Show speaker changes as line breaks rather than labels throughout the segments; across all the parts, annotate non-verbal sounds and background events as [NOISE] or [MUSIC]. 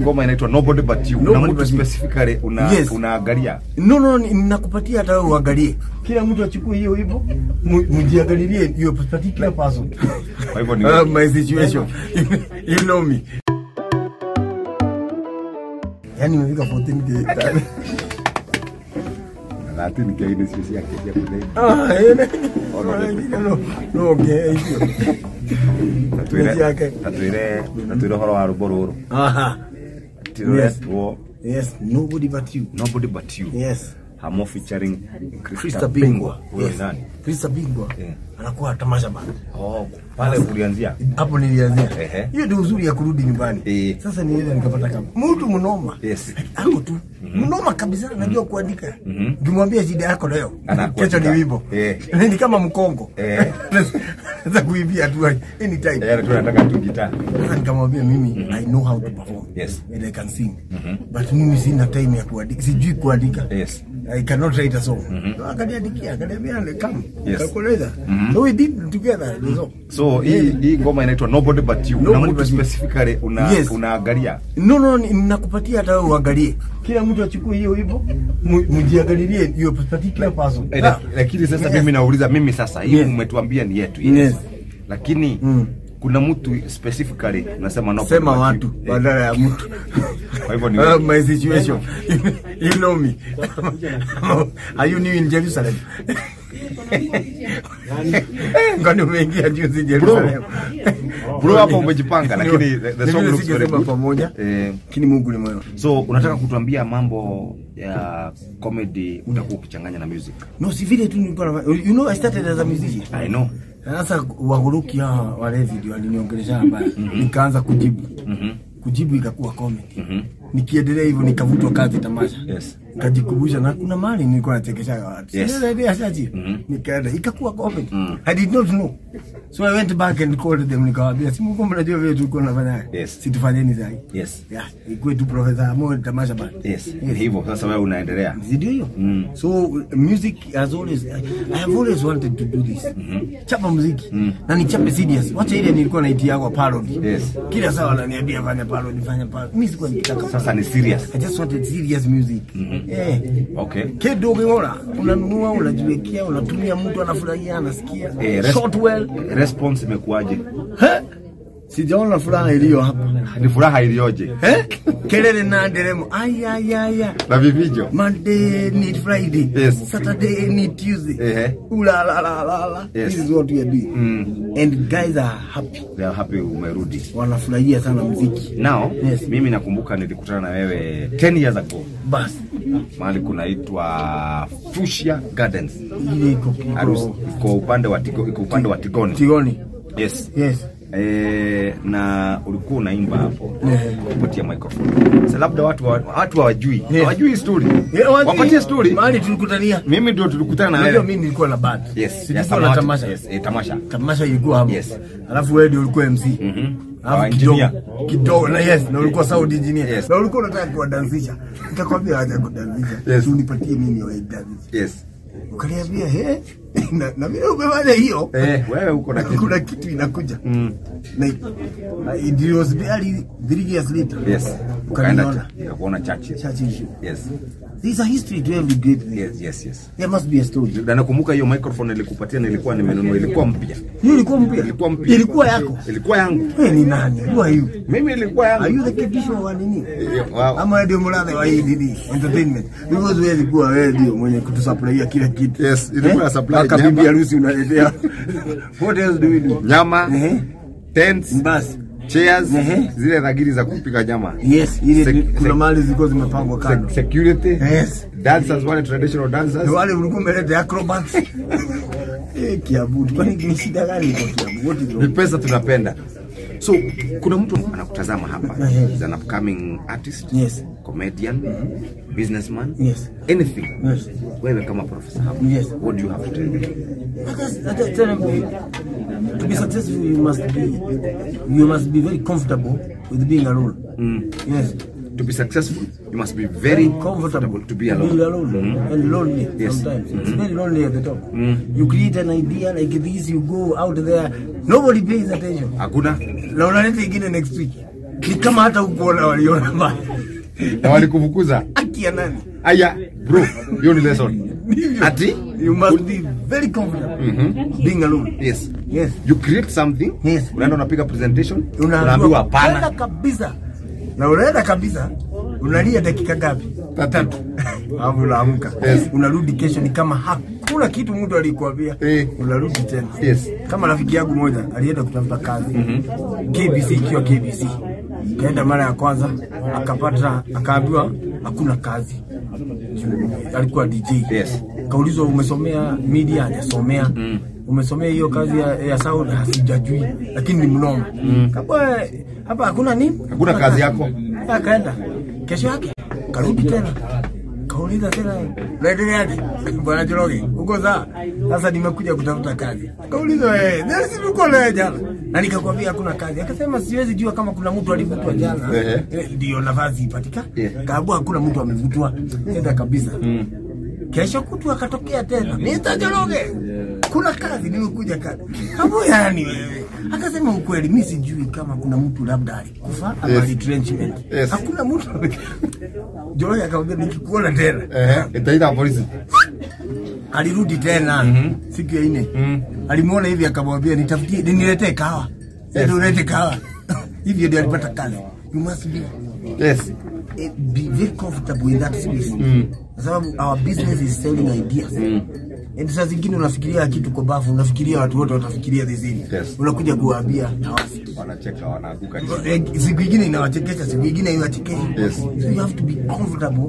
ngoma inaitwa nobody but you na
Nobody
mtu
But You.
specifically una
Yes.
unaangalia
no, no, ni- ninakupatia hata wewe uangalie. Kila mtu achukue hiyo hivyo, mu- mjiangalilie hiyo particular person.
[LAUGHS] kwa hivyo ni
Ah, my
[LAUGHS]
situation. you know me. Yaani nimefika
[LAUGHS]
14k. tayari.
30 kia ile sisi yake ya kudai
Ah, eh, [LAUGHS] no, no, okay, hiyo. Sisi yake.
tatuire tatuire tatuire horo wa rubo ruru
Aha.
tatuire
Yes.
wo
Yes, nobody but you.
nobody but you
Yes.
hamo featuring Krista
Krista Bingwa.
Bingwa huyo ni
Yes.
nani Eh.
Krista Bingwa.
Yeah.
Anakuwa tamasha bana.
oh pale ulianzia
hapo nilianzia.
Ehe.
Hiyo ndio uzuri ya kurudi nyumbani.
Eh.
Sasa niweza nikapata kama mtu mnoma
Yes.
ako tu
Mhm.
mnoma kabisa, najua kuandika. Ukimwambia shida yako leo,
Anakuandika.
kesho ni wimbo.
Eh.
Yaani Ni kama mkongo [LAUGHS]
Eh.
za kuibia tu anytime.
tayari tunataka tu gitaa
Sasa nikamwambia mimi I know how to perform
Mhm. Yes. Mhm.
and I can sing but mimi sina time ya kuandika, sijui kuandika
yes
I cannot write a song. So akaniandikia, akaniambia come,
Mhm. Yes. Mhm.
nitakueleza. So we did together the song.
so hii hii ngoma inaitwa nobody but you na
Nobody
mtu
But You.
specifically una
Yes.
unaangalia
No, no, ni- ninakupatia hata wewe uangalie. Kila mtu achukue hiyo hivyo, mu- mjiangalilie hiyo particular person.
Eh,
Ah,
lak- lakini sasa
Yes.
mimi nauliza mimi sasa hii
Yes.
umetuambia ni yetu
Yes.
lakini
Mm.
kuna mtu specifically nasema no
Sema
but
watu
you- eh,
badala ya mtu.
kwa hivyo ni
Ah, my situation. you know me. Are you new in Jerusalem? Kwani umeingia juzi Jerusalem?
bro hapo umejipanga lakini the, the
Ni
song
vile
looks very
singesema
good
pamoja.
eh,
Lakini Mungu ni mwema.
so unataka kutuambia mambo ya comedy utakuwa ukichanganya na music
No, si vile tu nilikuwa na you know I started as a musician.
i know
Sasa waguruki hawa walevi ndio waliniongelesha habari, nikaanza kujibu
Mhm.
kujibu ikakuwa comedy.
Mhm.
Nikiendelea hivyo nikavutwa kazi tamasha,
Yes.
nikajikumbusha na kuna mali nilikuwa nachekesha watu
Yes.
Sasa ile ashaji
Mhm.
nikaenda ikakuwa comedy.
Mm.
I did not know so I went back and called them, nikawaambia si mko mnajua vile tulikuwa tunafanya,
Yes.
si tufanyeni sasa.
yes
Yeah, ikuwe tu profesa mo tamasha bana.
yes ni hivyo sasa wewe unaendelea
Ndio hiyo.
Mm.
So music has always I, I have always wanted to do this. Chapa muziki. Na ni chape serious. Wacha ile nilikuwa naitia kwa parody.
Yes.
Kila saa wananiambia fanya parody, fanya parody. Mimi sikuwa nikitaka.
sasa ni serious
I just wanted serious music. Eh.
okay
Kidogo ukiona unanunua, unajiwekea, unatumia, mtu anafurahia, anasikia.
Eh, res-
Shortwell.
response imekuwaje
Eh? Sijaona furaha iliyo hapa.
ni furaha iliyoje
Eh? Kelele na nderemo. Ai ai ai ai.
na vivijo
Monday need Friday,
Yes.
Saturday need Tuesday.
Ehe.
Ooh la la la la la.
Yes.
This is what we are doing.
Mm.
And guys are happy.
they are happy umerudi
Wanafurahia sana muziki.
Now,
Yes.
mimi nakumbuka nilikutana na wewe 10 years ago
Basi
mahali kunaitwa Fuchsia Gardens.
ile iko
Arus-
iko
Iko upande wa Tigo, iko upande wa Tigoni.
Tigoni.
Yes.
Yes.
Eh, na ulikuwa unaimba hapo
Yeah.
kupatia microphone. Sasa labda watu wa- watu hawajui.
Yeah.
Hawajui story.
Yeah, wazi.
Wapatie story.
Eh, Mahali tulikutania.
Mimi ndio tulikutana na
Unajua
wewe.
mimi nilikuwa na band.
Yes. ya
Nilikuwa na
samawati.
tamasha.
Yes, eh, tamasha.
Tamasha ilikuwa hapo.
Yes. Mhm.
Alafu wewe ndio ulikuwa MC.
Wa
Alafu
engineer.
kidogo kidogo na yes, na ulikuwa sound engineer.
Yes.
Na ulikuwa unataka kuwadansisha. Nikakwambia acha kudansisha.
Yes.
Unipatie mimi waidansisha.
Yes.
ukaniambia "Eh, [LAUGHS] na, na mimi umefanya hiyo [LAUGHS]
Eh, wewe uko na kitu.
kuna kitu inakuja
Mm.
na na- it was barely three years later
Yes. Ukaenda
ukaniona
kuona church.
church issue
Yes.
there is a history to every great thing
Yes, yes, yes.
there must be a story
na nakumbuka hiyo microphone ilikupatia nilikuwa nimenunua ilikuwa mpya
hiyo ilikuwa mpya
ilikuwa mpya
ilikuwa yako
ilikuwa yangu
wewe ni nani who are you
mimi ilikuwa
are
yangu
you the kepisho wa nini
wow.
ama ndio mladha wa hii nini entertainment because wewe ulikuwa wewe ndio mwenye kutusupplya kila kitu Eh?
Yes, ilikuwa na supply
Mpaka
nyama.
bibi harusi unaletea [LAUGHS] what else do we do
nyama
Ehe.
tents
basi
chairs
Ehe.
zile ragiri za kupika nyama
Yes, ile
Sec-
ni- kuna
sec-
mali zilikuwa zimepangwa kando.
Se- security
Yes.
dancers wale traditional dancers
Na Wale ulikuwa umeleta acrobats. [LAUGHS] Eh, kiabudu. Kwani ni shida gani kwa kiabudu? What is
ni
wrong?
pesa tunapenda so kuna mtu anakutazama hapa
Ehe.
is an upcoming artist
Yes.
comedian businessman
Yes.
anything
Yes.
wewe kama professor hapa
Yes.
what do you have to tell them?
I just- I just tell them, eh, to be successful you must be you must be very comfortable with being alone. Yes.
to be successful you must be Mm. very comfortable to be alone, Mm.
Being alone and lonely
Yes. Mm.
sometimes. It's very lonely at the top. You create an idea like this, you go out there, nobody pays attention.
hakuna
Na unaleta ingine next week. Ni kama hata ukuona waliona mbali.
na walikufukuza
[LAUGHS] Haki ya nani?
aya bro hiyo ni lesson
Ndivyo.
ati
You must be very confident being alone.
yes
Yes.
you create something
Yes.
unaenda unapiga presentation unaambiwa
Unaambiwa unaenda
hapana
kabisa. Na unaenda kabisa. Unalia dakika ngapi?
Tatu.
Alafu unaamka.
Yes.
Unarudi kesho ni kama hakuna kitu mtu alikwambia.
Eh.
Unarudi tena.
Yes.
Kama rafiki yangu moja alienda kutafuta kazi.
Mm-hmm.
KBC ikiwa KBC. Kaenda mara ya kwanza akapata akaambiwa hakuna kazi. Alikuwa DJ.
Yes. Mm.
Kaulizwa umesomea media hajasomea. Umesomea hiyo kazi ya, ya sound "Ah, sijajui lakini ni mnono. Kabla hapa hakuna nini?
Mm. Hakuna kazi yako.
Akaenda Ah, kesho yake karudi tena kauliza tena naendeleaje, bwana Njoroge, uko sawa? Sasa nimekuja kutafuta kazi. Kauliza wewe, nasi uko leo jana, na nikakwambia hakuna kazi. Akasema siwezi jua kama kuna mtu alivutwa jana,
Ehe.
Eh, ndio nafasi ipatikana.
Yeah.
Kaambua hakuna mtu amevutwa, nenda kabisa. Kesho kutu akatokea tena, Mr. Njoroge, kuna kazi, nimekuja kazi. Kaambua yani wewe. Akasema ukweli, mimi sijui kama kuna mtu labda alikufa ama
Yes.
retrenchment.
Yes.
Hakuna mtu Njoroge akamwambia nikikuona tena
eh itaita polisi
alirudi tena
Mhm.
siku ya nne alimuona hivi akamwambia nitafutie niletee kawa
Yes.
nilete kawa [LAUGHS] hivyo ndio alipata kazi you must be,
yes
eh, be very comfortable in that space
Mm.
kwa sababu our business is selling ideas and saa zingine unafikiria kitu kwa bafu unafikiria watu wote watafikiria the same
Yes.
unakuja kuwaambia hawasikii
wanacheka wanaanguka
Eh, siku ingine inawachekesha, siku ingine inawachekesha.
Yes. Mm.
So you have to be comfortable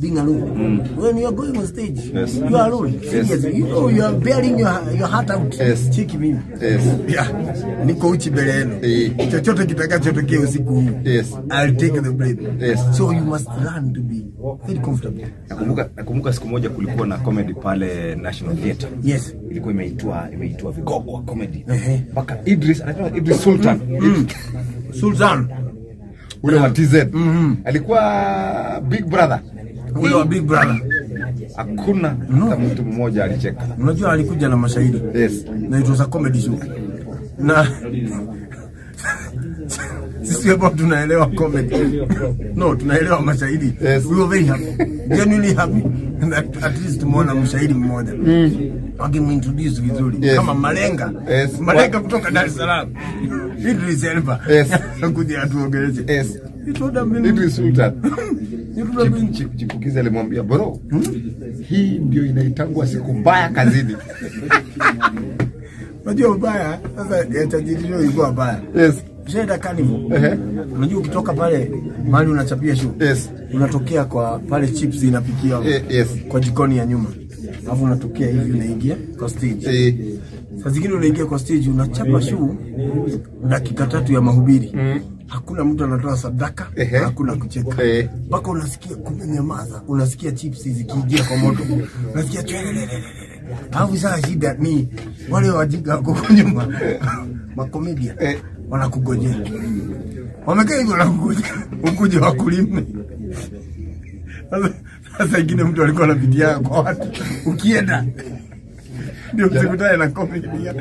being alone. When you are going on stage,
Yes.
you are alone. Seriously, you know you are bearing your, your heart out.
Yes.
Cheki mimi.
Yes.
Yeah. Niko uchi mbele yenu.
Eh.
Chochote kitakachotokea usiku huu.
Yes.
I'll take the blame.
Yes.
So you must learn to be very comfortable.
nakumbuka nakumbuka siku moja kulikuwa na comedy pale national theatre
Yes.
ilikuwa imeitwa imeitwa vigogo wa comedy
Ehe.
mpaka idris anaitwa idris sultan
Mm-hmm. Sultan, Mm-hmm.
ule wa tz alikuwa big brother
ule wa Big Brother.
hakuna hata mtu mmoja alicheka
Unajua alikuja na mashahidi.
yes
na it was a comedy show na [LAUGHS] sisi hapa tunaelewa comedy no tunaelewa mashahidi
Yes.
we were very happy genuinely happy [LAUGHS] That at least tumeona mshahidi mmoja wakimintroduce vizuri
Yes.
kama malenga
Yes.
malenga kutoka Dar es Salaam Idris Elba
Yes.
kuja atuongeleze
yes
You told him,
idris sultan
you told him,
Chipu- chipukizi alimwambia bro hii ndio inaitangwa siku mbaya kazini
unajua ubaya sasa ya tajiri hiyo ilikuwa baya
yes
Ushaenda carnival.
Ehe.
Unajua ukitoka pale mahali unachapia show.
Yes.
Unatokea kwa pale chips inapikia
Eh, yes.
kwa jikoni ya nyuma. Alafu unatokea hivi unaingia kwa stage.
Eh,
Saa zingine unaingia kwa stage unachapa show dakika tatu ya mahubiri. Hakuna mtu anatoa sadaka,
Mm. Ehe.
hakuna kucheka.
Eh.
Mpaka unasikia kumenyamaza, unasikia chips zikiingia kwa moto. Unasikia twelelelele. Alafu sasa shida ni wale wajinga wako kwa nyuma. [LAUGHS] Makomedia
Eh.
wanakugojea wamekaa hivyo wanakugoja ukuje wakulime Sasa- sasa ingine mtu alikuwa anapitia kwa watu ukienda ndio msikutane na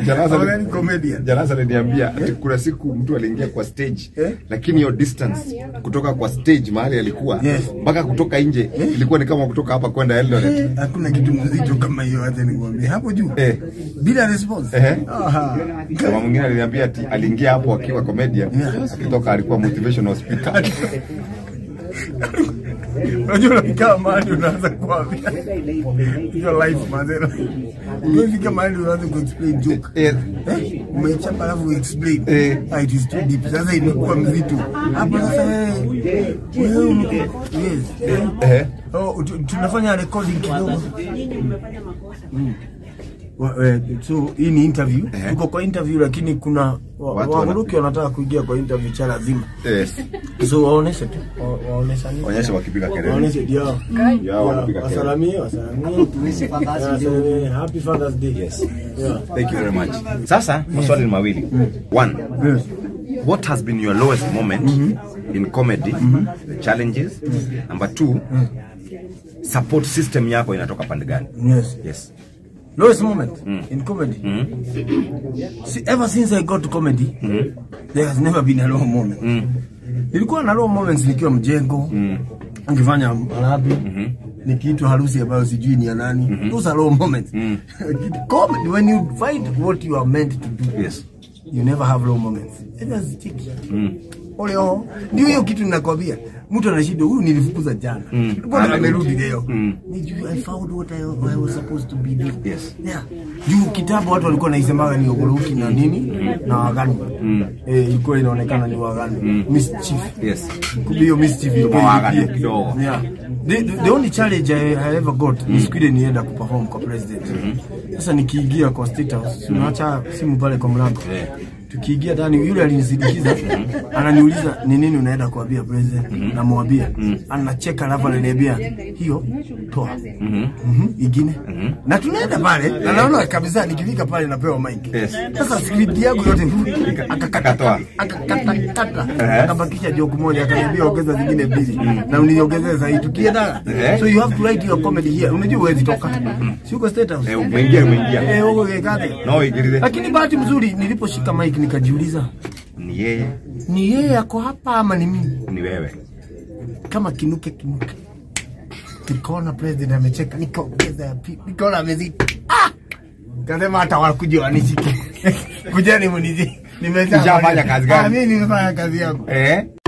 Jalasa li-
komedia
Jalasa aliniambia ati kuna siku mtu aliingia kwa stage
Eh?
lakini hiyo distance kutoka kwa stage mahali alikuwa
Yes.
mpaka kutoka nje ilikuwa ni kama kutoka hapa kwenda Eldoret.
hakuna kitu mzito kama hiyo hata nikwambie hapo juu
Eh.
bila response
Ehe.
Aha.
Kama mwingine aliniambia ati aliingia hapo akiwa comedian
Yeah.
akitoka alikuwa motivational speaker.
unajua unafikaa mahali unaanza kuambia your life mazera unafika mahali unaanza kuexplain joke
Eh,
Eh, umechapa alafu uexplain.
Eh.
Ah, it is too deep. Sasa imekuwa mzito hapo sasa wewe wewe ume- yes.
eh,
Oh, tu- tunafanya recording kidogo Mm. Wa- eh, so hii ni interview
Eh.
tuko kwa interview lakini kuna wa-
Watu
wahuruki wanataka kuingia kwa interview cha lazima
yes.
so waoneshe tu Wa- waoneshane.
Onyesha wakipiga kelele.
waoneshe yao
Yao wanapiga kelele.
wasalamie wasalamie Wasalamie. happy father's day
Yes.
yeah.
Thank you very much. Sasa maswali ni mawili.
Mm.
One,
yes.
what has been your lowest moment
Mm-hmm.
in comedy challenges number two support system yako inatoka pande gani
yes.
yes
lowest moment in comedy. See, ever since I got to comedy, there has never been a low moment. nilikuwa na low moments nikiwa mjengo nikifanya marabi nikiitwa harusi ambayo sijui ni ya nani those are low moments [LAUGHS] Come, when you find what you are meant to do
Yes.
you never have low moments It has stick. ole oho ndio hiyo kitu ninakwambia mtu anashindwa huyu nilifukuza jana mbona amerudi leo Niju- i found what I, I was supposed to be doing
Yes.
yeah juu kitabu watu walikuwa naisemaga ni ogoroki na nini na wagani eh, ilikuwa inaonekana ni wagani mischief
Yes.
hiyo mischief ilikuwa
Waganu
ilipie.
kidogo.
yeah the, the, the only challenge I, I ever got
Mm.
ni siku ile nienda kuperform kwa president
Mm-hmm.
sasa nikiingia kwa state house tunaacha simu pale kwa mlango
Yeah. Mm-hmm.
tukiingia ndani yule alinisindikiza ananiuliza ni nini unaenda kuambia president namwambia
Mm-hmm.
anacheka alafu ananiambia hiyo toa
Mm-hmm.
Mhm, ingine na tunaenda pale anaona kabisa nikifika pale napewa mic
Yes.
sasa script yangu yote akakata
Akatoa.
akakatakata
Eh?
akabakisha joke moja akaniambia ongeza zingine mbili na uniongezee zaidi tukienda
Mm. Eh.
so you have to write your comedy here unajua huwezi toka si uko state house
Eh, umeingia
eh
umeingia.
huko kekate
Na uigirire.
lakini bahati mzuri niliposhika mic nikajiuliza
Ni yeye,
ni yeye ako hapa ama ni mimi
ni wewe.
kama kinuke kinuke nikaona president amecheka nikaongeza ya pili nikaona amezidi ah! kasema hata wakuja [LAUGHS] wanishike kujani mniji nimefanya
Ushafanya kazi gani?
mimi Ah, nimefanya kazi yangu
Eh?